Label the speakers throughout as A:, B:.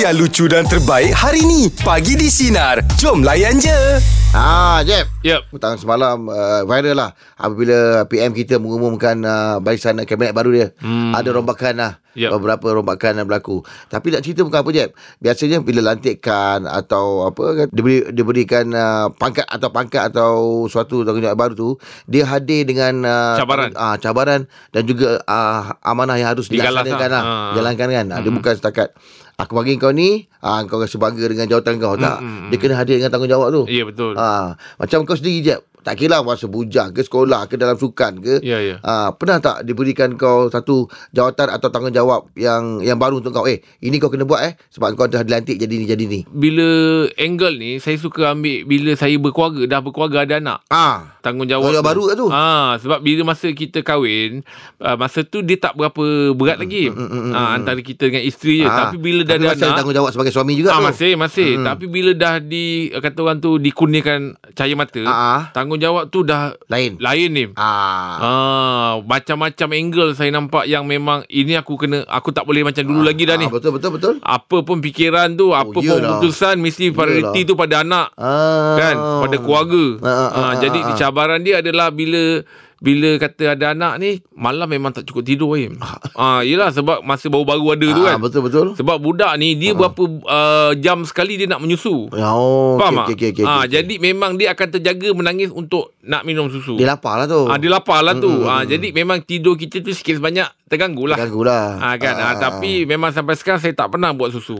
A: yang lucu dan terbaik hari ni. Pagi di Sinar. Jom layan je.
B: Ah, Jeb.
C: Yep.
B: Petang semalam uh, viral lah apabila PM kita mengumumkan uh, barisan kabinet baru dia. Hmm. Ada rombakan lah.
C: Yep.
B: Beberapa rombakan yang berlaku. Tapi nak cerita bukan apa Jeb. Biasanya bila lantikkan atau apa kan diberi, diberikan uh, pangkat atau pangkat atau suatu tanggungjawab baru tu, dia hadir dengan uh,
C: Cabaran.
B: Ah, cabaran dan juga ah, amanah yang harus
C: Digalas
B: dilaksanakan lah.
C: lah.
B: Ha.
C: Ah.
B: Jalankan kan. Hmm. Dia bukan setakat aku bagi kau ni, ah, kau rasa bangga dengan jawatan kau tak.
C: Hmm,
B: Dia kena hadir dengan tanggungjawab tu.
C: Ya, betul.
B: Ah, macam kau sendiri je. Tak kira lah masa bujang ke sekolah ke dalam sukan ke.
C: Ya, ya.
B: Ah, pernah tak diberikan kau satu jawatan atau tanggungjawab yang yang baru untuk kau? Eh, ini kau kena buat eh sebab kau dah dilantik jadi ni jadi ni.
C: Bila angle ni Saya suka ambil Bila saya berkeluarga Dah berkeluarga ada anak
B: Ah.
C: Tanggungjawab
B: Tanggungjawab baru kat tu.
C: ha, Sebab bila masa kita kahwin uh, Masa tu dia tak berapa berat
B: Mm,
C: lagi ha, Antara kita dengan isteri je
B: Ah.
C: ya, Tapi bila dah
B: Tapi
C: ada
B: masih
C: anak
B: tanggungjawab sebagai suami juga
C: Ah,
B: tu. Mm.
C: masih, masih. Hmm. Tapi bila dah di kata orang tu dikurniakan cahaya mata,
B: Ah.
C: tanggungjawab tu dah
B: Lain.
C: lain ni.
B: Ah.
C: Ah, macam-macam angle saya nampak yang memang ini aku kena aku tak boleh macam dulu lagi dah ni.
B: Ah, betul betul betul.
C: Apa pun fikiran tu, apa
B: Oh,
C: pun
B: iyalah.
C: keputusan mesti
B: Iyalah.
C: prioriti tu pada anak
B: Ah.
C: kan pada keluarga.
B: Ah, ah,
C: Ah,
B: ah,
C: jadi
B: ah, ah.
C: cabaran dia adalah bila bila kata ada anak ni malam memang tak cukup tidur Im. Ah, yelah sebab masa baru-baru ada tu
B: Ah,
C: kan.
B: betul Ah. betul.
C: Sebab budak ni dia berapa uh, jam sekali dia nak menyusu.
B: Ya, oh,
C: Faham
B: okey, okey,
C: okay,
B: okey,
C: ah,
B: okey.
C: jadi memang dia akan terjaga menangis untuk nak minum susu.
B: Dia lapar Mm, lah tu.
C: Ah, dia lapar lah tu. Ah, jadi memang tidur kita tu sikit sebanyak terganggu lah.
B: Terganggu lah.
C: Ah, kan? Ah, tapi memang sampai sekarang saya tak pernah buat susu.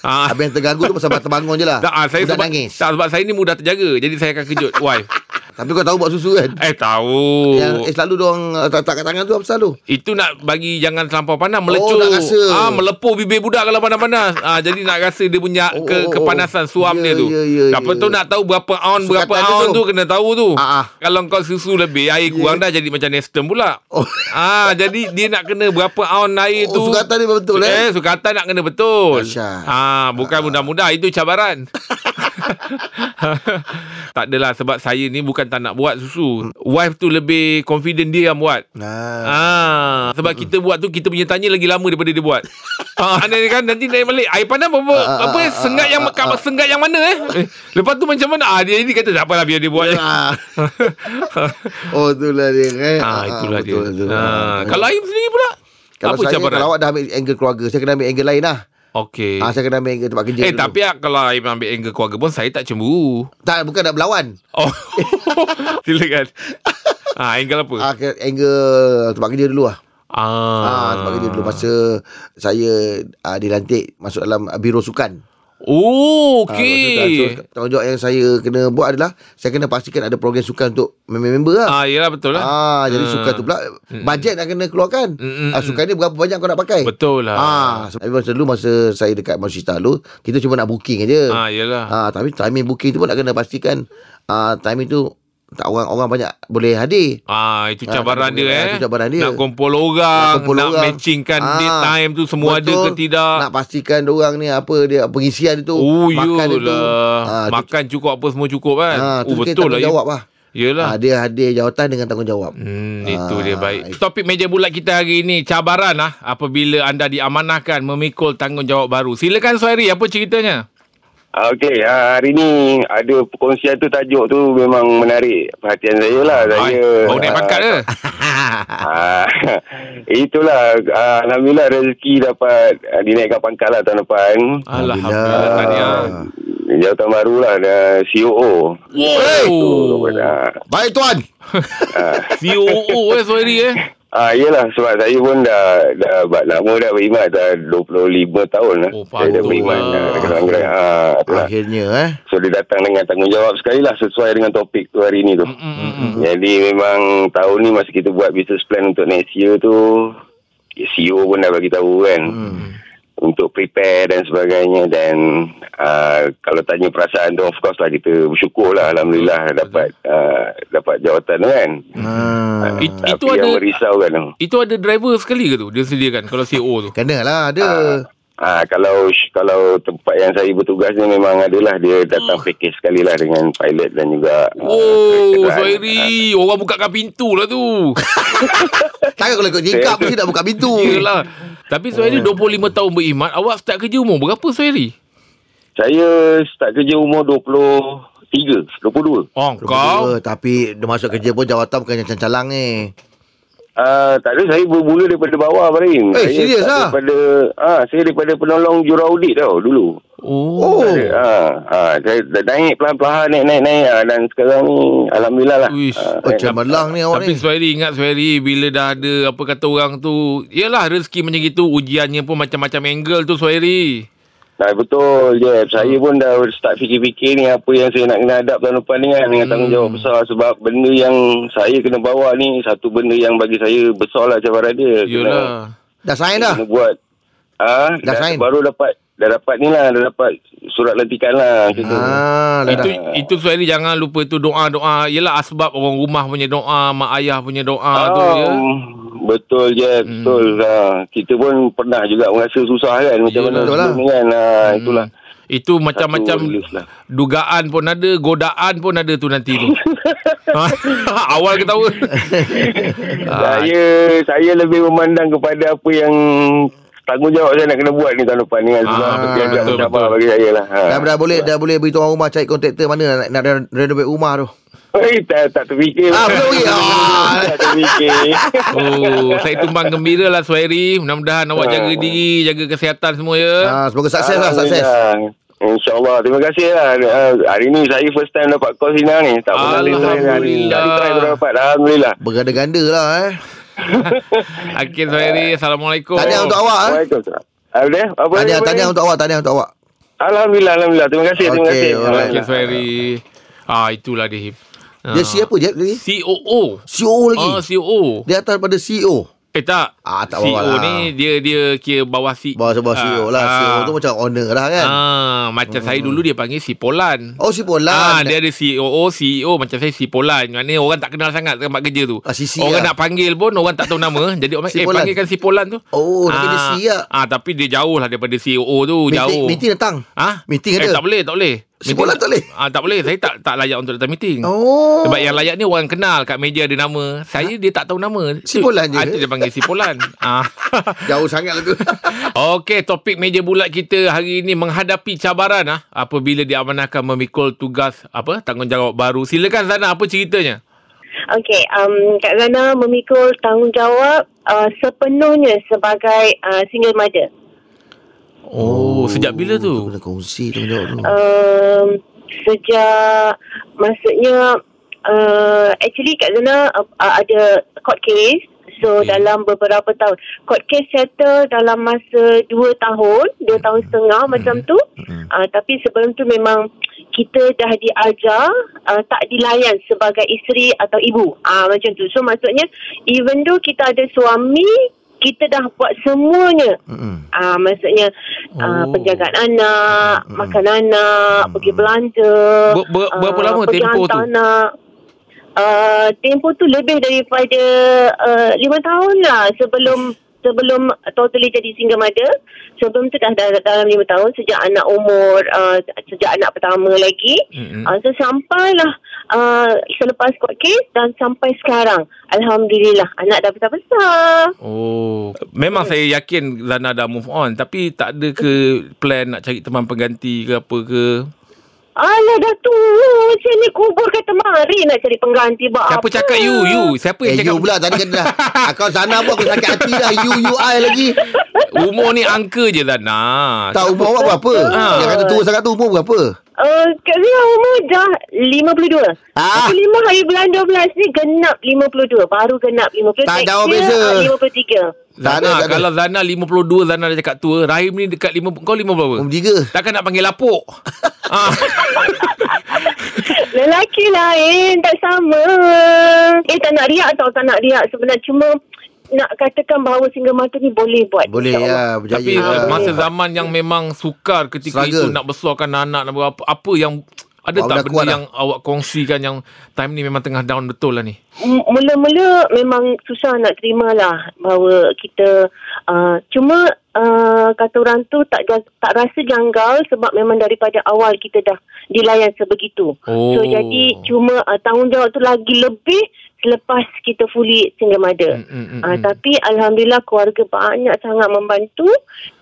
C: ah,
B: Habis yang terganggu tu pasal terbangun je lah.
C: tak, ah, saya
B: Budak
C: sebab,
B: nangis.
C: Tak, sebab saya ni mudah terjaga. Jadi saya akan kejut wife.
B: Tapi kau tahu buat susu kan?
C: Eh, tahu.
B: Yang eh, selalu diorang uh, tak kat tangan tu apa selalu?
C: Itu nak bagi jangan terlampau panas melecur.
B: Oh, nak rasa.
C: Ah melepuh bibir budak kalau panas-panas. Ah jadi nak rasa dia punya
B: Oh,
C: ke,
B: oh, oh.
C: kepanasan suam
B: Ya,
C: dia tu.
B: ya, ya,
C: Apa
B: ya.
C: tu nak tahu berapa on berapa
B: Sukatan dia tu.
C: on tu. kena tahu tu.
B: Ah, ah.
C: Kalau kau susu lebih air kurang dah jadi macam Nestum pula.
B: Oh.
C: Ah jadi dia nak kena berapa on air
B: Oh,
C: tu.
B: sukatan dia betul, eh?
C: Eh sukatan nak kena betul.
B: Dahsyat.
C: Ah bukan mudah-mudah itu cabaran. tak adalah sebab saya ni bukan tak nak buat susu. Wife tu lebih confident dia yang buat.
B: Nah.
C: Ah, sebab mm kita buat tu kita punya tanya lagi lama daripada dia buat. ah, nanti kan nanti naik balik air panas apa apa,
B: ah,
C: apa
B: ah,
C: sengat yang kat sengat yang mana eh? eh? Lepas tu macam mana? Ah dia ni kata tak apalah biar dia buat. je."
B: Ah. oh itulah dia eh.
C: ah, itulah dia.
B: betul, betul.
C: Ah, kalau Aim sendiri pula
B: kalau
C: apa
B: saya
C: cabaran?
B: kalau awak dah ambil angle keluarga, saya kena ambil angle lain lah.
C: Okey.
B: Ah, saya kena ambil angle tempat kerja.
C: eh
B: dulu.
C: tapi ah, kalau Aim ambil angle keluarga pun saya tak cemburu.
B: tak bukan nak berlawan.
C: Oh. Silakan. ah angle apa?
B: Ah, ke- angle tempat kerja dulu lah. Ah,
C: Ah.
B: tempat kerja dulu masa saya ah, dilantik masuk dalam ah, biro sukan.
C: Oh,
B: Ah, Okay.
C: okey.
B: So, tanggungjawab yang saya kena buat adalah saya kena pastikan ada program sukan untuk member-member lah.
C: Ah, yelah betul lah. Hmm.
B: Ah, jadi sukan tu pula bajet nak kena keluarkan.
C: Mm-mm.
B: Ah, sukan ni berapa banyak kau nak pakai?
C: Hmm, Betul lah.
B: Ah, sebab masa dulu masa saya dekat Masjid dulu, kita cuma nak booking aja.
C: Ah, yelah.
B: Ah, tapi timing booking tu pun nak kena pastikan ah timing tu tak orang orang banyak boleh hadir.
C: Ah itu
B: Ah,
C: cabaran
B: tak boleh.
C: dia eh.
B: Ah, itu cabaran dia.
C: Nak kumpul orang, nak,
B: kumpul
C: nak
B: orang.
C: matchingkan
B: Ah,
C: date time tu semua
B: betul.
C: ada ke tidak.
B: Nak pastikan orang ni apa dia pengisian dia tu,
C: oh
B: makan dia tu.
C: yelah. Makan cukup apa semua cukup kan.
B: Ah, tu
C: oh
B: kita
C: betul lah.
B: tanggungjawab lah.
C: Yelah.
B: Ah, dia hadir jawatan dengan tanggungjawab.
C: Hmm,
B: Ah,
C: itu dia baik. Topik meja bulat kita hari ini cabaran lah apabila anda diamanahkan memikul tanggungjawab baru. Silakan Suhairi, apa ceritanya?
D: Ah, Okey, ah, hari ni ada perkongsian tu tajuk tu memang menarik perhatian saya lah. Saya
C: Hai, baru naik pangkat ke?
D: ah, itulah ah, alhamdulillah rezeki dapat ah, dinaikkan pangkat lah tahun depan.
C: Alhamdulillah tahniah.
D: jawatan baru lah dah COO.
C: Wow.
D: Ah,
B: Baik tuan.
C: COO eh Suhairi eh.
D: ah, yelah sebab saya pun dah dah buat lama dah beriman dah 25 tahun lah.
C: Oh,
D: saya
C: patutlah.
D: dah beriman ah, dekat Anggrek. Ah, itulah.
B: Akhirnya eh.
D: So dia datang dengan tanggungjawab sekali lah sesuai dengan topik tu hari ni tu.
C: Mm, mm, mm.
D: Jadi memang tahun ni masa kita buat business plan untuk next year tu CEO pun dah bagi tahu kan
C: Mm.
D: hmm. untuk prepare dan sebagainya dan uh, kalau tanya perasaan tu of course lah kita bersyukur lah
C: Mm.
D: Alhamdulillah dapat uh, dapat jawatan tu kan
B: Ah.
C: It-
D: tapi
C: itu
D: yang
C: ada
D: merisaukan tu
C: Itu ada driver sekali ke tu Dia sediakan Kalau COO tu
B: Kena lah ada.
D: Ah kalau kalau tempat yang saya bertugas ni memang adalah dia datang package sekali lah dengan pilot dan juga ah,
C: Ah. Oh
D: kereta Ah,
C: Suhairi Orang bukakan pintu lah tu
B: Takkan kalau ikut jingkap mesti nak buka pintu.
C: Yelah Tapi Suhairi 25 tahun beriman. Awak start kerja umur berapa Suhairi?
D: Saya start kerja umur 23,
C: Oh,
D: 22.
B: Kau
C: kau.
B: Tapi dia masuk kerja pun Jawatan bukan macam calang ni
D: Uh, tak ada, saya bermula daripada bawah, Barim.
B: Eh,
D: saya
B: serius
D: start
B: ah?
D: Daripada, ah, saya daripada penolong jura audit tau dulu.
C: Oh.
B: Oh
D: Ah, ah, saya dah naik pelan-pelan, naik, naik, naik. Ah, dan sekarang ni, Alhamdulillah lah.
C: Uish.
D: Ah,
B: Oh
D: naik.
B: cemerlang ni awak ni
C: Tapi Suhairi ingat Suhairi bila dah ada apa kata orang tu. Yelah rezeki macam gitu. Ujiannya pun macam-macam angle tu Suhairi.
D: Nah, betul je.
B: Ah.
D: Saya pun dah start fikir-fikir ni apa yang saya nak kena hadap tahun depan ni kan
B: Hmm.
D: dengan tanggungjawab besar sebab benda yang saya kena bawa ni satu benda yang bagi saya besar lah cabaran dia.
C: Yelah.
B: Dah
D: Kena,
B: sign
D: dah.
B: dah
D: kena buat. Ah,
B: Dah
D: dah,
B: sign?
D: baru dapat dah dapat ni lah, dah dapat surat lantikan lah kita.
B: Ah, dah
C: Itu
B: dah.
C: itu Suhairi jangan lupa tu doa-doa. Yelah asbab orang rumah punya doa, mak ayah punya doa
D: Ah,
C: tu ya.
D: um, Betul je,
B: Hmm.
D: betul. Ah, kita pun pernah juga merasa susah kan
C: Yelah.
D: macam mana
B: Betul lah.
D: sebelum ni kan. Ah, itulah.
C: Itu macam-macam
D: list lah.
C: dugaan pun ada, godaan pun ada tu nanti tu. Ha, Awal ketawa. Ah,
D: Saya saya lebih memandang kepada apa yang tanggungjawab saya nak kena buat ni tahun depan ni kan sebab
C: Ah,
D: ah, dia agak
C: betul,
D: mencabar
C: betul.
D: bagi saya lah. Ha.
B: Dah, dah boleh dah boleh beritahu orang rumah cari kontraktor mana nak, nak re- renovate rumah tu.
D: Eh, tak, tak terfikir.
B: Ah, belum lagi. Ah.
D: tak terfikir.
C: Oh, saya tumbang gembira lah Suhairi. Mudah-mudahan awak
D: Ah.
C: jaga diri, jaga kesihatan semua ya.
B: Ah, semoga sukses lah, sukses.
D: Alhamdulillah. InsyaAllah. Terima kasih lah. Ah, hari ni saya first time dapat call Sina ni. Tak pernah saya try ni. hari ni. Dari try baru dapat. Alhamdulillah.
B: Berganda-ganda lah eh.
C: Akhir Suhairi, Assalamualaikum.
B: Tahniah untuk awak eh.
D: Waalaikumsalam. Ada? Apa
B: Tahniah,
D: apa
B: tahniah
D: ni?
B: untuk awak, tahniah untuk awak.
D: Alhamdulillah, Alhamdulillah. Terima kasih, terima
B: Okey,
D: kasih.
B: alright.
C: Akhir
D: Alhamdulillah.
C: Suhairi. Ah, itulah dia. Ah.
B: Dia siapa je tadi?
C: COO.
B: CEO E
C: Ah,
B: lagi.
C: COO.
B: Dia atas pada E CEO.
C: Eh tak.
B: Ah, tak
C: CEO
B: apa-apa lah.
C: ni dia dia kira bawah C.
B: Bawah sebuah CEO lah. CEO tu macam owner lah kan.
C: Ah, macam saya dulu dia panggil si Polan.
B: Oh, si
C: Ah,
B: Polan.
C: dia ada COO, CEO E macam saya si Polan. Maknanya orang tak kenal sangat tempat kerja tu.
B: Ah, CC
C: orang
B: lah.
C: nak panggil pun orang tak tahu nama. Jadi orang
B: Si
C: eh
B: Polan.
C: panggilkan si Polan tu.
B: Oh, dia kena C lah.
C: Ah, tapi dia jauh lah daripada COO tu,
B: Meeting,
C: jauh.
B: meeting datang.
C: Ah,
B: Ha? Meeting
C: eh,
B: ada.
C: tak boleh, tak boleh.
B: Si Polan tak boleh?
C: Ah, tak boleh. Saya tak tak layak untuk datang meeting.
B: Oh.
C: Sebab yang layak ni orang kenal kat meja ada nama. Saya dia tak tahu nama.
B: Si Polan je.
C: Ah, tu dia panggil si Polan. ah.
B: Jauh sangat lah tu.
C: Okey, topik meja bulat kita hari ini menghadapi cabaran ah apabila diamanahkan memikul tugas apa tanggungjawab baru. Silakan Zana apa ceritanya?
E: Okey, um, Kak Zana memikul tanggungjawab uh, sepenuhnya sebagai uh, single mother.
C: Oh, sejak bila
B: Tu
C: tu?
B: kena kongsi tu Eh, menjawab
C: Eh,
B: tu.
E: Um, sejak maksudnya uh, actually Kak Zana uh, uh, ada court case. So
C: Okey.
E: okay. dalam beberapa tahun. Court case settle dalam masa 2 tahun, 2 tahun setengah hmm. macam tu. Hmm. Uh, tapi sebelum tu memang kita dah diajar uh, tak dilayan sebagai isteri atau ibu. Ah uh, macam tu. So maksudnya even though kita ada suami, kita dah buat semuanya
B: Mm-mm.
E: Ah, maksudnya ah,
C: Oh.
E: penjagaan anak, makan anak, pergi belanja.
C: Ber- ber-
E: ah,
C: berapa lama
E: pergi
C: tempoh
E: hantar
C: tu?
E: Anak. Uh, tempoh tu lebih daripada uh, lima tahun lah sebelum sebelum totally jadi single mother. Sebelum tu dah, dah dalam lima tahun sejak anak umur uh, sejak anak pertama lagi.
C: Mm-mm.
E: Uh, so sampailah uh, selepas court case dan sampai sekarang. Alhamdulillah anak dah besar-besar.
C: Oh, memang saya yakin Zana dah move on tapi tak ada ke plan nak cari teman pengganti ke apa ke?
E: Alah dah tua macam ni kubur kata mari nak cari pengganti buat
C: Siapa
E: apa.
C: cakap you? You, siapa yang
B: Eh,
C: cakap
B: you pula tadi kena dah. Akau sana pun aku sakit hati dah. You, you, I lagi.
C: umur ni angka je Zana.
B: Tak, umur awak berapa?
C: Ah.
B: Yang kata tua sangat tu umur berapa?
E: Uh, Kak Zia umur dah 52.
B: Ah.
E: Ah. 5 hari bulan 12 ni genap 52. Baru genap 53.
B: Tak jauh
E: Next year,
B: beza.
E: ah, 53.
B: Tak ada,
C: Zana,
B: tak ada.
C: kalau Zana 52 Zana dah cakap tua, Rahim ni dekat 50 kau 50 berapa?
B: Umur tiga.
C: Takkan nak panggil lapuk. ah.
E: Lelaki lain tak sama. Eh tak nak riak tau. Tak nak riak sebenarnya. Cuma nak katakan bahawa single mata ni boleh buat.
B: Boleh
E: InsyaAllah.
B: ya, berjaya.
C: Tapi
B: lah.
C: uh, masa zaman yang memang sukar ketika
B: Struggle.
C: itu nak besarkan anak nak apa apa yang ada
B: Awak
C: tak
B: dah
C: benda
B: kuat lah. dah.
C: yang awak kongsikan yang time ni memang tengah down betul lah ni.
E: M- mula-mula memang susah nak terima lah bahawa kita uh, cuma uh, kata orang tu tak ja- tak rasa janggal sebab memang daripada awal kita dah dilayan sebegitu.
C: Oh.
E: So jadi cuma uh, tanggungjawab tu lagi lebih selepas kita fully single mother.
C: Mm, mm, mm,
E: Ah,
C: mm.
E: tapi alhamdulillah keluarga banyak sangat membantu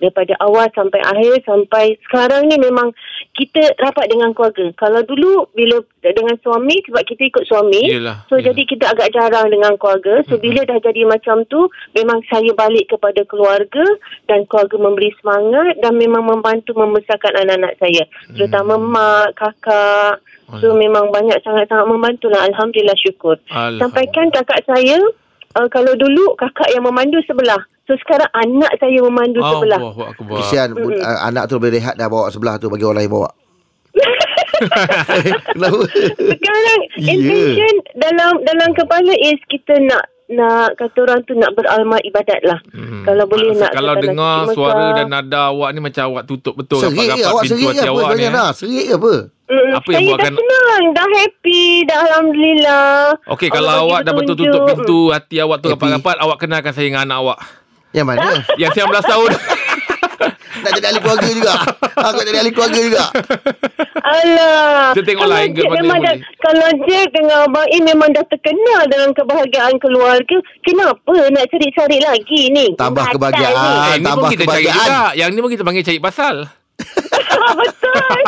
E: daripada awal sampai akhir sampai sekarang ni memang kita rapat dengan keluarga. Kalau dulu bila dengan suami sebab kita ikut suami
C: Yelah,
E: so
C: yelah.
E: jadi kita agak jarang dengan keluarga. So bila dah jadi macam tu memang saya balik kepada keluarga dan keluarga memberi semangat dan memang membantu membesarkan anak-anak saya.
C: Mm.
E: Terutama mak, kakak.
C: Alah.
E: So memang banyak sangat-sangat membantulah alhamdulillah syukur.
C: Alhamdulillah.
E: Sampaikan kakak saya uh, kalau dulu kakak yang memandu sebelah. So sekarang anak saya memandu oh, sebelah.
C: Allah Akbar.
B: Kesian bu- uh, anak tu boleh rehat dah bawa sebelah tu bagi orang lain bawa. Kenapa?
E: Sekarang
B: Ya.
E: yeah. intention dalam dalam kepala is kita nak nak kata orang tu nak beralma ibadat lah. Hmm. Kalau boleh
C: Rasa
E: nak
C: Kalau
E: katakan
C: dengar
E: cuci muka.
C: suara dan nada awak ni Macam awak tutup betul
B: Serik ke
C: Rapat-rapat
B: awak
C: pintu
B: serik ke
C: hati
B: apa
C: awak ni
B: sebenarnya
C: eh.
B: dah? Serik ke apa?
C: apa
E: Mm,
C: yang
E: saya
C: buatkan-
E: dah senang, dah happy, dah alhamdulillah.
C: Okey
E: Allah
C: kalau
E: bagi
C: awak dah betul
E: petunjuk. Mm.
C: tutup pintu Hati awak tu
B: Happy.
C: rapat-rapat Awak kenalkan saya dengan anak awak
B: Yang mana?
C: Yang 19 tahun
B: Nak jadi ahli keluarga juga. Aku nak jadi ahli keluarga juga.
E: Alah.
C: Kita tengok lah
E: Kalau
C: angle
E: Jack
C: mana
E: memang
C: yang
E: dah,
C: boleh.
E: Kalau Jack dengan Abang E memang dah terkenal dengan kebahagiaan keluarga, kenapa nak cari-cari lagi ni?
B: Tambah
E: Batal
B: kebahagiaan.
E: ni.
C: Eh ni pun
B: Ah, tambah
C: kita cari
B: kebahagiaan.
C: juga Yang ni pun kita panggil cari pasal
E: Ah, Betul.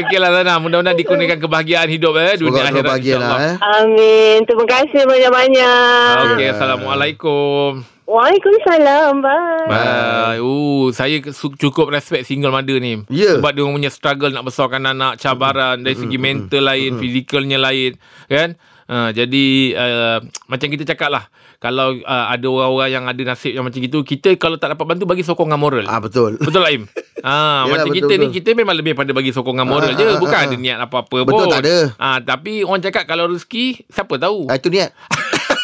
C: Okey lah Lana Mudah-mudahan dikurniakan kebahagiaan hidup
B: Semoga
C: eh Dunia
B: kau
C: akhirat
B: bahagia lah
C: insyaAllah
B: eh.
E: Amin. Terima kasih banyak-banyak.
C: Okey Assalamualaikum
E: Waalaikumsalam. Bye.
C: Bye. Oh, saya su- cukup respect single mother ni.
B: Ya.
C: Sebab dia orang punya struggle nak besarkan anak, cabaran dari segi mental lain, fizikalnya lain, kan? Uh, jadi uh, macam kita cakap lah Kalau uh, ada orang-orang yang ada nasib yang macam itu Kita kalau tak dapat bantu bagi sokongan moral
B: Ah betul.
C: Betul lah Im
B: Yalah,
C: ha, Macam
B: betul,
C: kita ni
B: betul.
C: Kita memang lebih pada bagi sokongan moral
B: Ah,
C: je
B: ah,
C: Bukan
B: ah,
C: ada
B: ah.
C: niat apa-apa
B: Betul,
C: pun
B: tak ada.
C: ha, Tapi orang cakap kalau rezeki Siapa tahu
B: Ah, itu niat.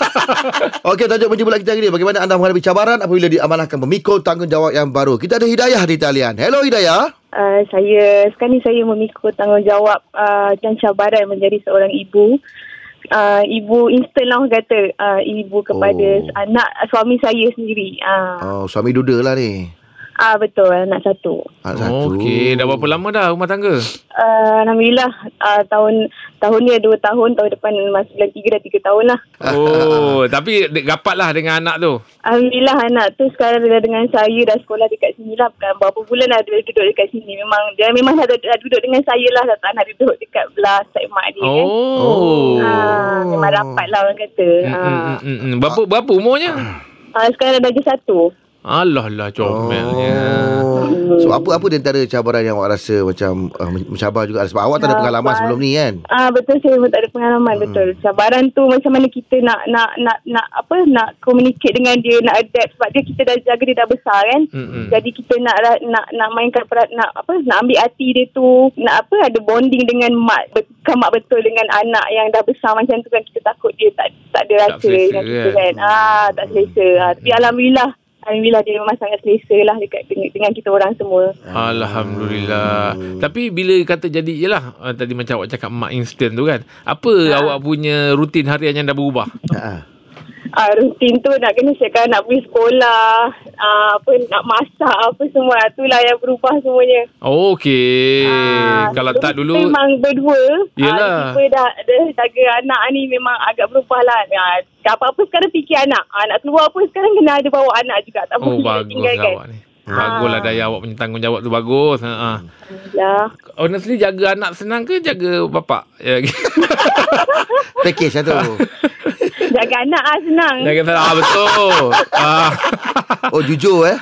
B: Okey, tajuk menjemput kita hari ini. Bagaimana anda menghadapi cabaran apabila diamanahkan memikul tanggungjawab yang baru? Kita ada Hidayah di talian. Hello Hidayah.
F: Uh, saya sekarang ni saya memikul tanggungjawab uh, dan cabaran menjadi seorang ibu. Uh, ibu instant lah orang kata uh, ibu kepada
B: Oh.
F: oh. anak suami saya sendiri. Ah uh,
B: Oh, suami duda lah ni.
F: uh, betul anak satu.
B: Anak satu.
C: Okey, dah berapa lama dah rumah tangga?
F: Uh, Alhamdulillah uh, tahun tahun ni ada dua tahun tahun depan masih bulan tiga dah tiga tahun lah.
C: Oh, tapi de- rapat lah dengan anak tu.
F: Alhamdulillah anak tu sekarang dah dengan saya dah sekolah dekat sini lah bukan berapa bulan dah dia duduk dekat sini memang dia memang dah, dah duduk dengan saya lah dah tak nak duduk dekat belah side mak dia kan.
C: Oh.
F: Ah, memang rapat lah orang kata.
C: Mm,
F: Ah.
C: mm, mm, mm. Berapa berapa umurnya?
F: Ah, sekarang dah je satu.
C: Alah lah comelnya.
B: Oh. So apa-apa di antara cabaran yang awak rasa macam uh, mencabar juga sebab awak tak ada pengalaman
F: Cabaran.
B: sebelum ni kan?
F: Ah betul saya pun tak ada pengalaman
C: Mm.
F: hmm. betul. Cabaran tu macam mana kita nak nak nak nak apa nak communicate dengan dia nak adapt sebab dia kita dah jaga dia dah besar kan.
C: Mm-mm.
F: Jadi kita nak ra- nak nak mainkan peran nak apa nak ambil hati dia tu nak apa ada bonding dengan mak bukan mak betul dengan anak yang dah besar macam tu kan kita takut dia tak tak ada
C: Tak
F: rasa
C: selesa
F: dengan kita
C: kan. Mm.
F: kan. Ah tak selesa. Ah, tapi alhamdulillah alhamdulillah dia memang sangat selesa lah dekat dengan, dengan kita orang semua.
C: Alhamdulillah. Tapi bila kata jadi yalah ah, tadi macam awak cakap mak instant tu kan. Apa
F: Ah.
C: awak punya rutin harian yang dah berubah?
B: Ha.
F: uh, rutin tu nak kena siapkan nak pergi sekolah, uh, apa nak masak apa semua. Itulah yang berubah semuanya.
C: Okey.
F: Ah,
C: Eh, Kalau tak dulu
F: memang berdua. Ah,
C: Yelah.
F: tiba dah, dah jaga anak ni memang agak berubah lah. Ah, apa-apa sekarang fikir anak. Ah, nak keluar pun sekarang kena ada bawa anak juga. Tak
C: Oh
F: boleh
C: bagus
F: tinggalkan.
C: awak ni.
F: Ah.
C: Baguslah daya awak punya tanggungjawab tu bagus. Ha ah.
F: Lah.
C: Honestly jaga anak senang ke jaga bapak? Ya.
B: Package lah tu.
F: Jaga anak ah, senang.
C: Jaga senang ah, betul. ah.
B: Oh jujur eh.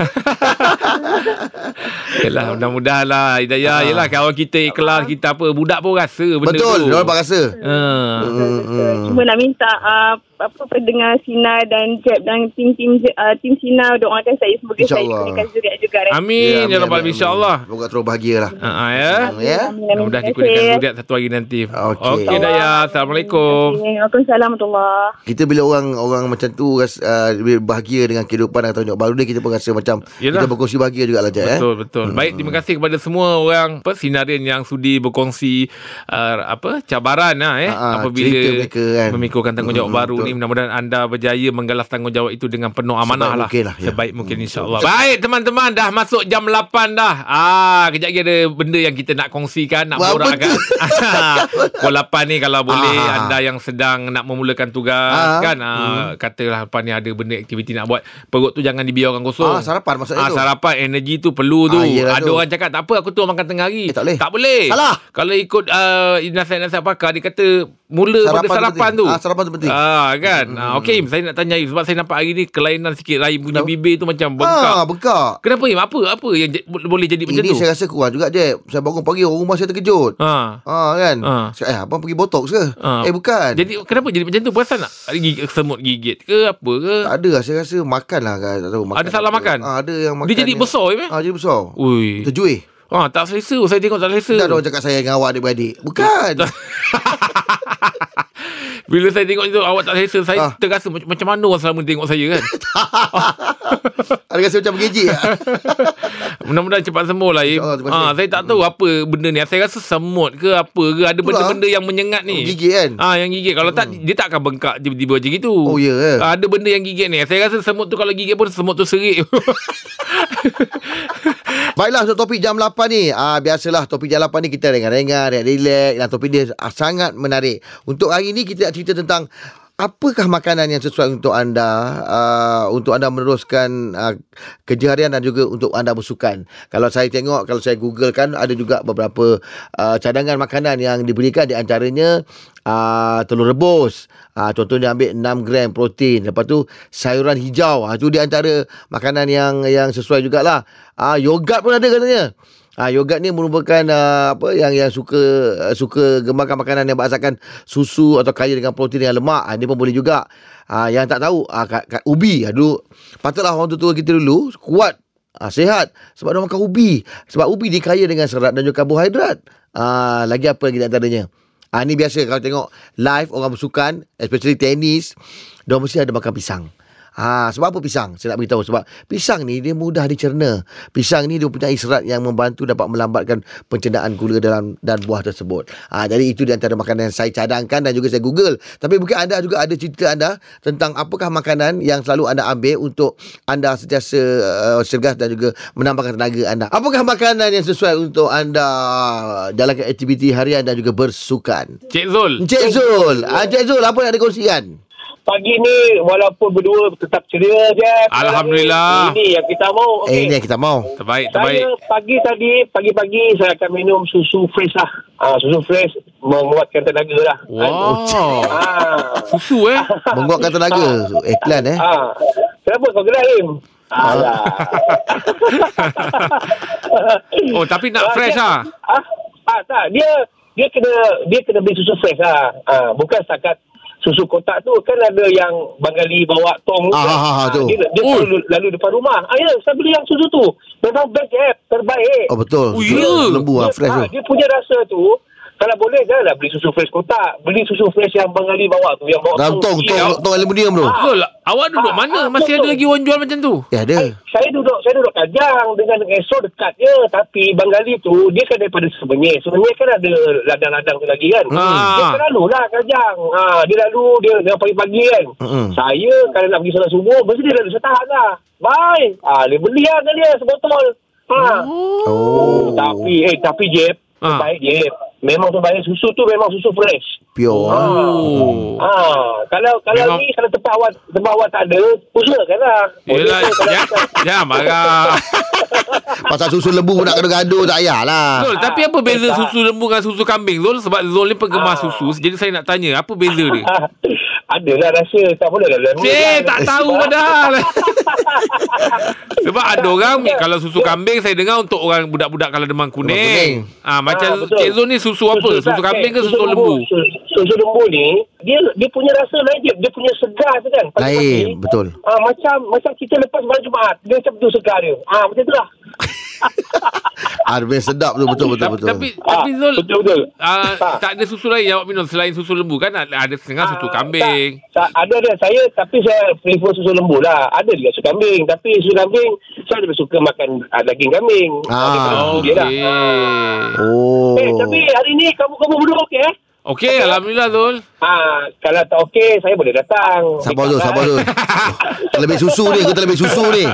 C: Yelah mudah-mudahan lah Hidayah Yelah kawan kita ikhlas
F: Ah.
C: Kita apa Budak pun rasa benda tu
B: Ah. Betul, dia orang rasa.
C: Ah.
F: Betul. Cuma nak minta uh, apa pendengar Sina dan Jeb dan tim-tim uh, tim Sina doakan saya semoga saya
B: InsyaAllah.
F: diberikan zuriat juga. rezeki.
C: Amin Ya Rabbal Alamin InsyaAllah
B: Semoga terus bahagia lah.
C: Ha ah, ya
B: Ya.
C: Mudah-mudahan
F: Terima
C: dikurniakan
F: kasih.
C: zuriat satu hari nanti
B: Okey.
C: Okey Hidayah ya, Assalamualaikum
F: Waalaikumsalam warahmatullahi
B: Kita bila orang orang macam tu ras, uh, bahagia dengan kehidupan atau tanggungjawab baru Baru dia kita pun rasa macam
C: Yelah.
B: Kita berkongsi bahagia juga lah Jack eh.
C: Betul betul. Baik terima kasih kepada semua orang apa sinarin yang sudi berkongsi uh, apa cabaran lah
B: Ah,
C: eh
B: ah, cerita
C: apabila
B: mereka, kan.
C: memikirkan tanggungjawab
B: Mm,
C: baru
B: betul.
C: ni mudah-mudahan anda berjaya menggalas tanggungjawab itu dengan penuh amanah
B: Sebaik
C: lah.
B: mungkin lah, ya.
C: Sebaik mungkin insya-Allah. Baik teman-teman dah masuk jam 8 dah. Ah kejap lagi ada benda yang kita nak kongsikan nak
B: Wah,
C: borak
B: apa tu?
C: agak. Pukul 8 ni kalau boleh
B: Ah.
C: anda yang sedang nak memulakan tugas
B: Ah.
C: kan ah, katalah lepas ni ada benda aktiviti nak buat perut tu jangan dibiarkan kosong.
B: Ah, sarapan maksudnya
C: ah,
B: tu.
C: Sarapan energi tu perlu tu
B: Ah, yelah
C: Ada
B: tu.
C: orang cakap Tak apa aku tu makan tengah hari
B: Eh, tak boleh.
C: Tak boleh
B: Salah.
C: Kalau ikut uh, Nasihat-nasihat pakar Dia kata Mula sarapan pada
B: Sarapan tu penting.
C: sarapan tu,
B: Ah, sarapan tu penting.
C: ah, Kan hmm. ah, Okay Im Saya nak tanya Im Sebab saya nampak hari ni Kelainan sikit Rahim punya
B: Kenapa?
C: bibir tu macam bengkak
B: Ah, bengkak.
C: Kenapa Im Apa apa yang je, bo- boleh jadi macam
B: Ini
C: tu
B: saya rasa kurang juga Jeb Saya bangun pagi Orang rumah saya terkejut
C: ha.
B: Ah kan
C: Ha.
B: Cakap, Eh abang pergi botox ke
C: Ah.
B: Eh bukan
C: Jadi kenapa jadi macam tu Perasan nak gigit, Semut gigit ke Apa ke
B: Tak ada lah Saya rasa makan lah kan. Tak tahu makan
C: Ada salah
B: apa.
C: makan?
B: ah, Ada yang makan
C: Dia jadi
B: yang-
C: besar Im eh
B: ah, Jadi besar
C: Ui.
B: Terjuih
C: Ah, tak selesa Saya tengok tak selesa
B: Dah ada orang cakap saya dengan awak adik-beradik Bukan
C: Bila saya tengok itu awak tak selesa saya
B: Ah.
C: terasa mac- macam mana orang selama ni tengok saya kan.
B: Ada rasa macam bergejik lah.
C: Mudah-mudahan cepat sembuh lah. Im.
B: InsyaAllah, Hmm. terima kasih.
C: Ah, saya tak tahu apa benda ni. Saya rasa semut ke apa ke ada benda-benda yang menyengat ni.
B: Gigit kan
C: Ah yang gigit kalau tak dia tak akan bengkak tiba-tiba macam gitu.
B: Oh, ya ke?
C: Ah, ada benda yang gigit ni. Saya rasa semut tu kalau gigit pun semut tu serik.
B: Baiklah untuk topik jam 8 ni ah, Biasalah topik jam 8 ni Kita ringan-ringan Relax Dan topik dia ah, sangat menarik Untuk hari ni kita nak cerita tentang Apakah makanan yang sesuai untuk anda uh, Untuk anda meneruskan uh, kerja harian dan juga untuk anda bersukan Kalau saya tengok, kalau saya google kan Ada juga beberapa uh, cadangan makanan yang diberikan Di antaranya uh, telur rebus uh, Contohnya ambil 6 gram protein Lepas tu sayuran hijau uh, Itu di antara makanan yang yang sesuai jugalah Ah, yogurt pun ada katanya. Ah, yogurt ni merupakan ah, apa yang yang suka ah, suka gemarkan makanan yang berasaskan susu atau kaya dengan protein yang lemak. Ah, ni pun boleh juga. Ah, yang tak tahu ah, kat, kat ubi ah, dulu patutlah orang tua kita dulu kuat Ah, sihat sebab dia makan ubi sebab ubi dia kaya dengan serat dan juga karbohidrat ah, lagi apa lagi di antaranya ah, ni biasa kalau tengok live orang bersukan especially tenis dia mesti ada makan pisang Ha, sebab apa pisang? Saya nak beritahu sebab pisang ni dia mudah dicerna. Pisang ni dia mempunyai serat yang membantu dapat melambatkan pencernaan gula dalam dan buah tersebut. Ha, jadi itu di antara makanan yang saya cadangkan dan juga saya google. Tapi mungkin anda juga ada cerita anda tentang apakah makanan yang selalu anda ambil untuk anda sentiasa uh, cergas dan juga menambahkan tenaga anda. Apakah makanan yang sesuai untuk anda jalankan aktiviti harian dan juga bersukan?
C: Cik Zul.
B: Encik Zul, ah, Encik Zul apa yang ada kongsikan?
G: pagi ni walaupun berdua tetap ceria je.
C: Alhamdulillah.
G: Ini yang kita mau.
B: Eh, ini
G: Okey.
B: yang kita mau.
C: Terbaik, terbaik.
G: Saya pagi tadi, pagi-pagi saya akan minum susu fresh lah. Ah, susu fresh menguatkan tenaga lah.
C: Wow.
G: Ah.
C: Susu eh.
B: Menguatkan tenaga. Iklan eh.
G: Ah. Kenapa kau gerak, Im? Alah.
C: Oh, tapi nak fresh ah.
G: Ah, ah, tak. Dia dia kena dia kena beli susu fresh lah. Ah, bukan setakat susu kotak tu kan ada yang Bangali bawa tong
B: Ah,
G: kan?
B: ah, ah, tu.
G: dia, dia
C: Oh.
G: lalu, lalu depan rumah ah, ya saya beli yang susu tu memang best eh terbaik
B: Oh betul.
C: Oh,
B: Susu
C: ya.
B: Lembu lah, fresh
G: ah,
B: tu.
G: dia punya rasa tu kalau boleh janganlah beli susu fresh kotak beli susu fresh yang Bangali bawa tu yang bawa
B: Dalam tong, tong,
C: Ya.
B: tong aluminium tu.
C: Zul, awak duduk mana? Masih ada lagi orang jual macam tu?
B: Eh ada.
G: saya duduk saya duduk Kajang dengan Esok dekat je tapi Bangali tu dia kan daripada Semenyih Semenyih kan ada ladang-ladang tu lagi kan
C: Ah.
G: dia selalu lah Kajang ha, dia lalu dia, dia pagi-pagi kan
B: Mm-mm.
C: Hmm.
G: saya kalau nak pergi solat subuh mesti dia lalu saya tahan lah bye ha, dia beli lah kan dia sebotol ha.
B: Oh.
G: tapi eh tapi Jeb
C: Ah.
G: baik Jeb memang terbaik susu tu memang susu fresh
B: Pure. ah.
C: Oh.
G: Ah, kalau kalau
C: Memang-
G: Memang... ni kalau tempat awak tempat awak tak ada, usahakanlah.
C: Yelah, ya-
G: Boleh tu kalau
C: jangan,
G: kita-
C: jangan marah.
B: Pasal susu lembu pun nak gaduh-gaduh tak lah. payahlah.
C: Zul,
G: Ah,
C: tapi apa beza
G: tak.
C: susu lembu dengan susu kambing Zul? Sebab Zul ni penggemar
G: Ah.
C: susu. Jadi saya nak tanya, apa beza dia?
G: Ah, Adalah rasa tak boleh lah.
C: Cik, tak tahu padahal. Sebab ada orang ni, kalau susu kambing saya dengar untuk orang budak-budak kalau demam kuning.
B: kuning.
C: Ah macam Cik Zul ni susu apa? Susu kambing ke susu lembu?
G: Susu lembu ni dia dia punya rasa lain dia, dia punya segar tu kan.
B: Lain, betul.
G: Ah, macam macam kita lepas malam Jumaat, dia macam tu segar dia. Ah, macam tu lah.
B: Ah, dia punya sedap tu betul betul betul.
C: Tapi tapi
G: Ah,
C: Zul
G: Betul-betul.
C: ah,
G: Ha.
C: tak ada susu lain awak minum selain susu lembu kan ada ada setengah susu
G: Ah,
C: kambing.
G: Tak, tak, ada ada saya tapi saya prefer susu lembu lah. Ada juga susu kambing tapi susu kambing saya lebih suka makan uh, daging kambing.
B: Ah,
G: Daripada susu
C: Okey.
G: dia lah.
B: Oh.
G: Eh, tapi hari ni kamu-kamu berdua okey eh?
C: Okey, alhamdulillah Zul.
G: Ha, kalau tak okey saya boleh datang.
B: Sabar tu, sabar tu. Terlebih susu ni, aku terlebih susu ni.
C: Eh.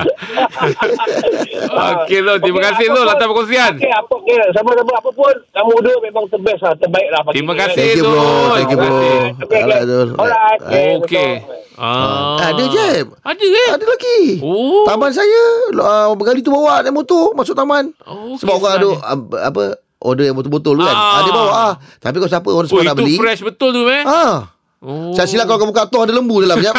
C: Okey Zul, terima kasih Zul atas perkongsian.
G: Ha. Okey, apa okey. Sama-sama apa pun kamu dua memang the best lah, terbaik lah pagi
C: Terima
G: ni.
C: kasih.
B: Thank you bro,
C: Zul.
B: thank you bro.
C: Terima
G: Okey,
B: Alright, Zul.
G: okey. Alright.
C: Okey.
G: betul.
C: Ah.
B: Ada je.
C: Ada eh?
B: Ada lagi.
C: Oh.
B: Taman saya, uh, Bengali tu bawa naik motor masuk taman.
C: Oh,
B: Sebab orang ada uh, apa order yang botol-botol tu kan.
C: Ah.
B: Ah. Dia bawa ah. Tapi kau siapa orang
C: Oh,
B: semua nak beli.
C: itu fresh betul tu eh.
B: Ah.
C: Oh.
B: Saya silap kau akan buka toh ada lembu dalam Ah, jap.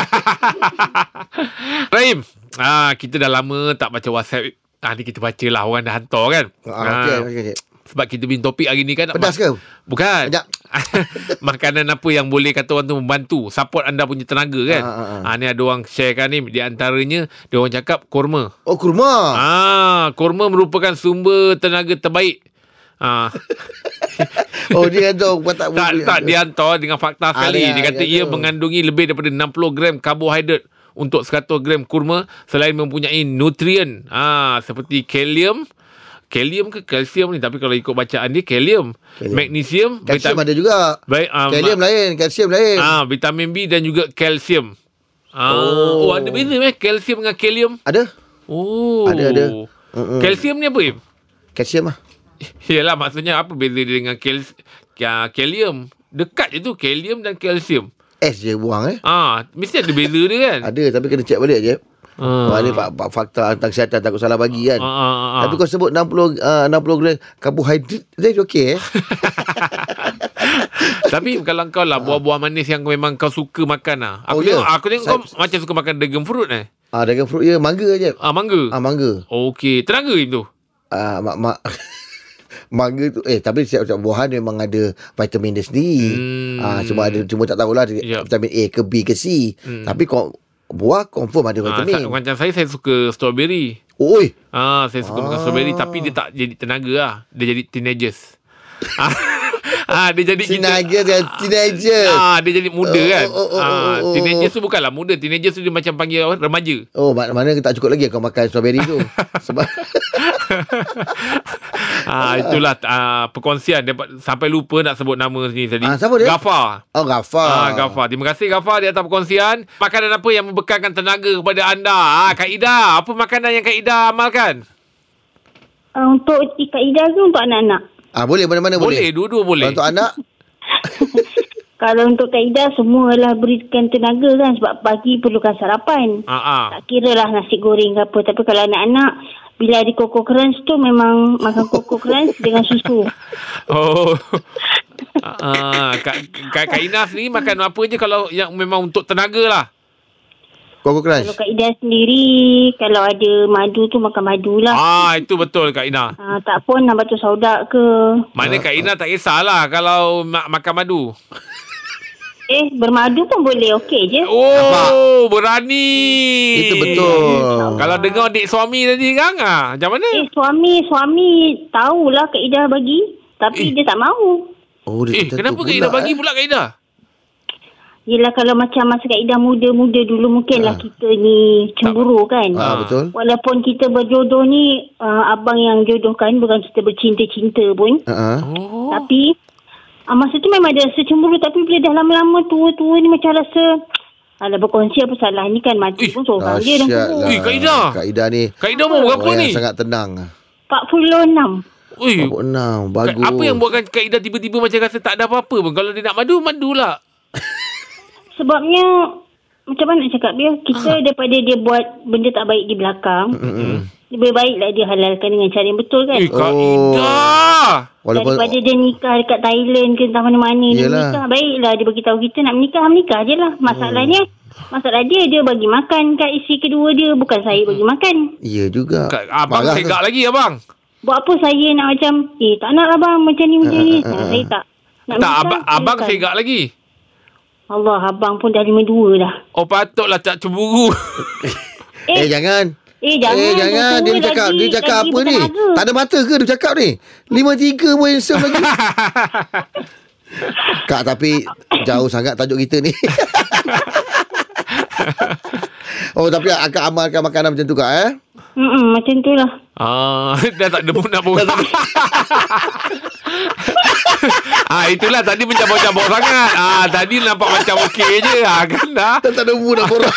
C: Rahim, ah kita dah lama tak baca WhatsApp. Ah ni kita baca lah orang dah hantar kan.
B: ah, okey okey. okey.
C: Sebab kita punya topik hari ni kan nak
B: Pedas ke?
C: Bukan.
B: Sekejap.
C: Makanan apa yang boleh kata orang tu membantu, support anda punya tenaga kan.
B: Ah,
C: Ha,
B: ah,
C: ha, ni ada orang sharekan ni di antaranya dia orang cakap kurma.
B: Oh kurma.
C: Ah, kurma merupakan sumber tenaga terbaik. Ah,
B: Oh dia tu kau tak
C: tak tak dia hantar dengan fakta sekali.
B: dia-
C: dia kata
B: dia
C: ia
B: tu.
C: mengandungi lebih daripada 60 gram karbohidrat untuk 100 gram kurma selain mempunyai nutrien ah seperti kalium kalium ke kalsium ni tapi kalau ikut bacaan dia kalium, magnesium,
B: Kalsium
C: vitamin-
B: ada juga.
C: Baik, ah,
B: Kalium lain, kalsium lain.
C: Ah, vitamin B dan juga kalsium. Ah, oh. oh ada beza eh kalsium dengan kalium.
B: Ada?
C: Oh.
B: Ada, ada. Mm-mm.
C: Mm-mm. Kalsium ni apa? Im?
B: Kalsium lah.
C: Yalah maksudnya apa beza dia dengan kal- ka- kalium? Dekat je tu kalium dan kalsium.
B: S je buang eh.
C: Ah, mesti ada beza dia kan?
B: Ada tapi kena check balik je.
C: Ah.
B: Ha. Ada pak, pak fakta tentang kesihatan takut salah bagi kan.
C: Ah, ah, ah.
B: Tapi kau sebut 60 uh, 60 gram karbohidrat dia okey eh.
C: Tapi kalau kau lah buah-buah manis yang memang kau suka makan lah.
B: Ah.
C: Aku
B: Oh,
C: tengok,
B: ya?
C: aku tengok kau macam suka makan daging fruit eh.
B: ah dengan fruit je mangga je.
C: Ah, mangga.
B: Ah mangga.
C: Okey, tenaga Im tu.
B: Ah mak mak mangga tu eh tapi setiap-setiap buahan memang ada vitamin dia sendiri.
C: Hmm.
B: Ah cuma ada cuma tak tahulah dia-
C: Yep.
B: vitamin A ke B ke C. Tapi kau buah confirm ada
C: Hmm. Ah, sa-
B: vitamin.
C: macam saya, saya suka strawberry.
B: Oh, oi.
C: Ah, saya suka ah. makan
B: Ah.
C: strawberry tapi dia tak jadi tenaga lah. Dia jadi teenagers. ah, ah, dia jadi kita-
B: Sinaga dengan teenager.
C: Ah, dia jadi muda
B: Oh,
C: kan.
B: oh, oh,
C: ah,
B: oh, oh,
C: teenagers tu bukanlah muda. Teenagers tu dia macam panggil orang remaja.
B: Oh, mana, mana tak cukup lagi kau makan strawberry tu. Sebab
C: ah, itulah ah, perkongsian dapat sampai lupa nak sebut nama sini tadi.
B: Ah, siapa dia?
C: Gafar.
B: Oh, Gafar.
C: Ah, Gafar. Terima kasih Gafar di atas perkongsian. Makanan apa yang membekalkan tenaga kepada anda? Ah, Kak Ida, apa makanan yang Kak Ida amalkan?
E: Uh, untuk Kak Ida ke untuk anak-anak?
B: Ah, boleh mana-mana boleh.
C: Boleh, dua-dua boleh.
B: Untuk anak
E: Kalau untuk Kak Ida, semualah berikan tenaga kan sebab pagi perlukan sarapan.
C: Ah, ah.
E: Tak kira lah nasi goreng ke apa. Tapi kalau anak-anak, bila ada Coco Crunch tu memang makan Coco Crunch dengan susu.
C: Oh. Ah, Kak, Kak, Kak Ina sendiri makan apa je kalau yang memang untuk tenaga lah.
B: Coco Crunch.
E: Kalau Kak Ida sendiri, kalau ada madu tu makan madu lah.
C: Ah, itu betul Kak Ina.
E: Ah, tak pun nak batu sauda ke.
B: Ah.
C: Mana Kak Ina tak kisahlah kalau ma- makan madu.
E: Eh, bermadu pun boleh. Okey je.
C: Oh, berani.
B: Itu betul.
C: Kalau dengar adik suami tadi kan, ah, macam mana?
E: Eh, suami, suami tahulah Kak Ida bagi.
B: Eh.
E: Tapi dia tak mau.
B: Oh, dia macam
C: Eh,
B: tu
C: kenapa Kak
B: pula,
C: Ina bagi
B: eh.
C: pula Kak Ina?
E: Yelah kalau macam masa Kak Ida muda-muda dulu mungkinlah
B: Ah.
E: kita ni cemburu kan.
B: Ah, betul.
E: Walaupun kita berjodoh ni uh, abang yang jodohkan bukan kita bercinta-cinta pun.
B: Ha ah.
C: Oh.
E: Tapi uh, masa tu memang ada rasa cemburu tapi bila dah lama-lama tua-tua ni macam rasa alah berkongsi apa salah ni kan mati
B: Eh,
C: Ih,
E: pun seorang dia dah
B: Dahsyat
E: kubur.
B: lah.
C: Ui, Kak Ida.
B: Kak Ida ni
C: Kak Ina umur
B: orang
C: berapa ni?
B: Oh, yang sangat tenang.
E: 46.
C: Ui,
B: Pokok enam. Bagus.
C: Kak- apa yang buatkan Kak Ida tiba-tiba macam rasa tak ada apa-apa pun? Kalau dia nak madu, lah. madulah.
E: Sebabnya macam mana nak cakap dia
C: Ah.
E: kita daripada dia buat benda tak baik di belakang. Mm-hmm. Lebih baiklah dia halalkan dengan cara yang betul kan.
C: Ui, Kak
B: Oh.
C: Ida.
B: Walaupun
E: Daripada dia nikah dekat Thailand ke entah mana-mana dia
B: Yelah.
E: nikah baiklah dia beritahu kita nak menikah menikah je lah masalahnya
B: Mm.
E: masalah dia dia bagi makan kat isteri kedua dia bukan saya bagi makan
B: Ya juga.
C: Kak, ah, abang
B: Marah
C: segak
B: ke?
C: lagi, abang.
E: buat apa saya nak macam eh tak nak lah bang macam ni macam ni nah, saya tak
C: tak,
E: nak menikah,
C: abang,
E: saya
C: abang
E: bukan.
C: segak lagi.
E: Allah abang pun dah 52 dah
C: Oh, patutlah tak cemburu.
B: Eh,
E: Eh,
B: jangan.
E: Eh jangan.
B: eh jangan dia cakap dia cakap apa ni? Tak ada mata ke dia cakap ni? 53 pun handsome lagi. Kak tapi jauh sangat tajuk kita ni. oh tapi akan amalkan makanan macam tu kak eh.
E: Hmm macam tu lah.
C: Ah, dah tak ada pun nak buat. ah, itulah tadi macam bocah-bocah sangat. Ah, tadi nampak macam okey je. Ah, kan dah.
B: Tak, tak ada bu nak korang.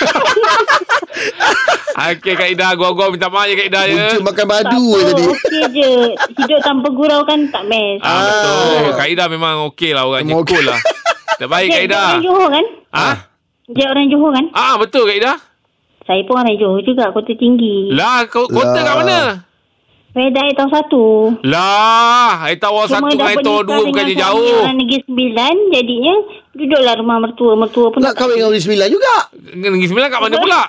C: Ah, Okey Kak Ida, gua-gua minta maaf ya Kak Ida ya.
B: Punca makan
E: Tak
B: madu
E: apa,
B: je tadi.
E: Okey je. Hidup tanpa gurau kan tak best.
C: Ah, betul. Kak Ida memang okey lah orangnya.
B: Memang okey.
C: Cool lah. Terbaik Kak
E: Jack,
C: Ida.
E: Jack orang Johor kan?
C: Ah,
E: Jack orang Johor kan?
C: ah betul Kak Ida.
E: Saya pun orang Johor juga, kota tinggi.
C: Lah, ko- kota
B: Lah.
C: kat mana?
E: Saya dah tahun satu.
C: Lah, air tawar satu,
E: Cuma
C: air
E: dapat
C: tawar
E: nikah
C: dua bukannya
E: dengan suami
C: jauh.
E: Orang negeri sembilan, jadinya duduklah rumah mertua. Mertua pun
B: Nak
E: tak
B: kahwin dengan orang sembilan juga.
C: Negeri Sembilan lah kat mana pula?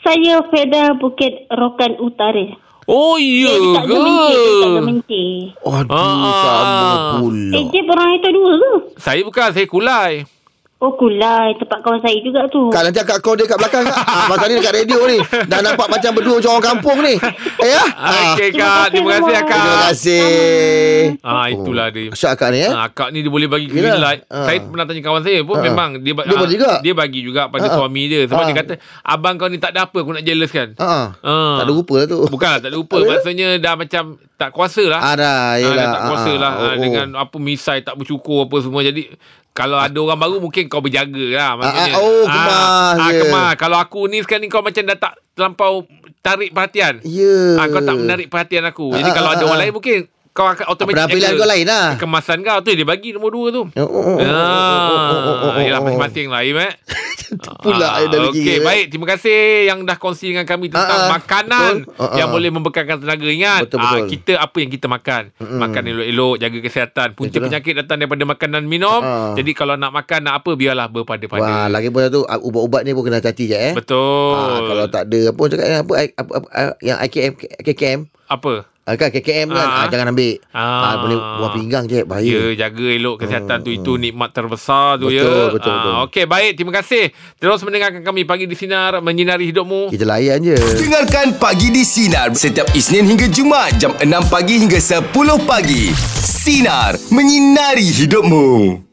E: Saya Feda Bukit Rokan Utara.
C: Oh, iya
E: Dia
C: ke?
E: tak gemencik, dia tak gemencik.
B: Aduh
C: Ah.
B: sama
E: Eh,
B: pula.
E: Jack orang itu dua ke?
C: Saya bukan, saya kulai.
E: Oh, kulai. Tempat kawan saya juga tu.
B: Kak nanti akak call dia kat belakang Kak. ah, Pasal ni dekat radio ni Dah nampak macam berdua macam orang kampung ni Eh ya ah.
C: Okey Kak, terima kasih
E: Terima
C: Kak.
B: Terima kasih
C: Ah itulah dia.
B: Asyik akak ni eh
C: Ah, akak ni dia boleh bagi green
B: Yelah.
C: light.
B: Ah.
C: Saya pernah tanya kawan saya pun
B: Ah.
C: memang dia ba-
B: Dia
C: ah,
B: boleh juga.
C: dia bagi juga pada
B: Ah.
C: suami dia sebab
B: Ah.
C: dia kata abang kau ni tak ada apa aku nak jealous kan.
B: Ah, ah.
C: Ah.
B: Tak ada rupa lah tu
C: Bukanlah tak ada rupa
B: Ah, ya?
C: maksudnya dah macam tak kuasa lah.
B: Ah dah
C: Ah,
B: yelah
C: dah tak kuasa
B: Ah,
C: lah
B: oh,
C: ah,
B: oh.
C: dengan apa misai tak bercukur apa semua jadi kalau ada orang baru mungkin kau berjaga lah maksudnya.
B: ah, oh, kemas
C: ah, ah,
B: je.
C: kemas. Kalau aku ni sekarang ni kau macam dah tak terlampau tarik perhatian.
B: Ya
C: Ah, kau tak menarik perhatian aku. Jadi
B: Ah,
C: kalau
B: ah,
C: ada
B: ah,
C: orang
B: ah.
C: lain mungkin kau akan automatik
B: Penampilan
C: jaga
B: kau lain lah.
C: Kemasan kau tu dia bagi nombor dua tu.
B: Oh, oh, oh, oh, oh, oh, oh,
C: Ah,
B: oh,
C: yalah
B: oh.
C: masing-masing lah Im eh.
B: pula
C: Ah,
B: yang dah lagi,
C: Okey,
B: eh.
C: baik. Terima kasih yang dah kongsi dengan kami tentang
B: Ah, ah,
C: makanan
B: betul. Ah,
C: yang
B: ah.
C: boleh membekalkan tenaga. Ingat,
B: Betul,
C: ah,
B: betul.
C: kita apa yang kita makan. Makan elok-elok, jaga kesihatan. Punca
B: Itulah.
C: penyakit datang daripada makanan minum.
B: Ah.
C: Jadi kalau nak makan nak apa biarlah
B: Wah
C: berpada-pada.
B: lagi pun satu ah, Ubat-ubat ni pun kena hati-hati je eh
C: Betul.
B: Ah, kalau tak ada apa orang cakap yang apa, I- apa, apa ah, yang IKM KKM
C: Apa?
B: ah, kan KKM kan
C: Ah.
B: ah, jangan ambil.
C: Ah.
B: Ah. boleh buah pinggang je bahaya. Hmm,
C: Ya, jaga elok kesihatan tu itu nikmat terbesar tu
B: Betul,
C: ya.
B: betul, betul.
C: Okey, baik. Terima kasih. Terus mendengarkan kami pagi di sinar menyinari hidupmu.
B: Kita layan je.
A: Dengarkan Pagi di Sinar setiap Isnin hingga Jumaat jam 6 pagi hingga 10 pagi. Sinar, menyinari hidupmu.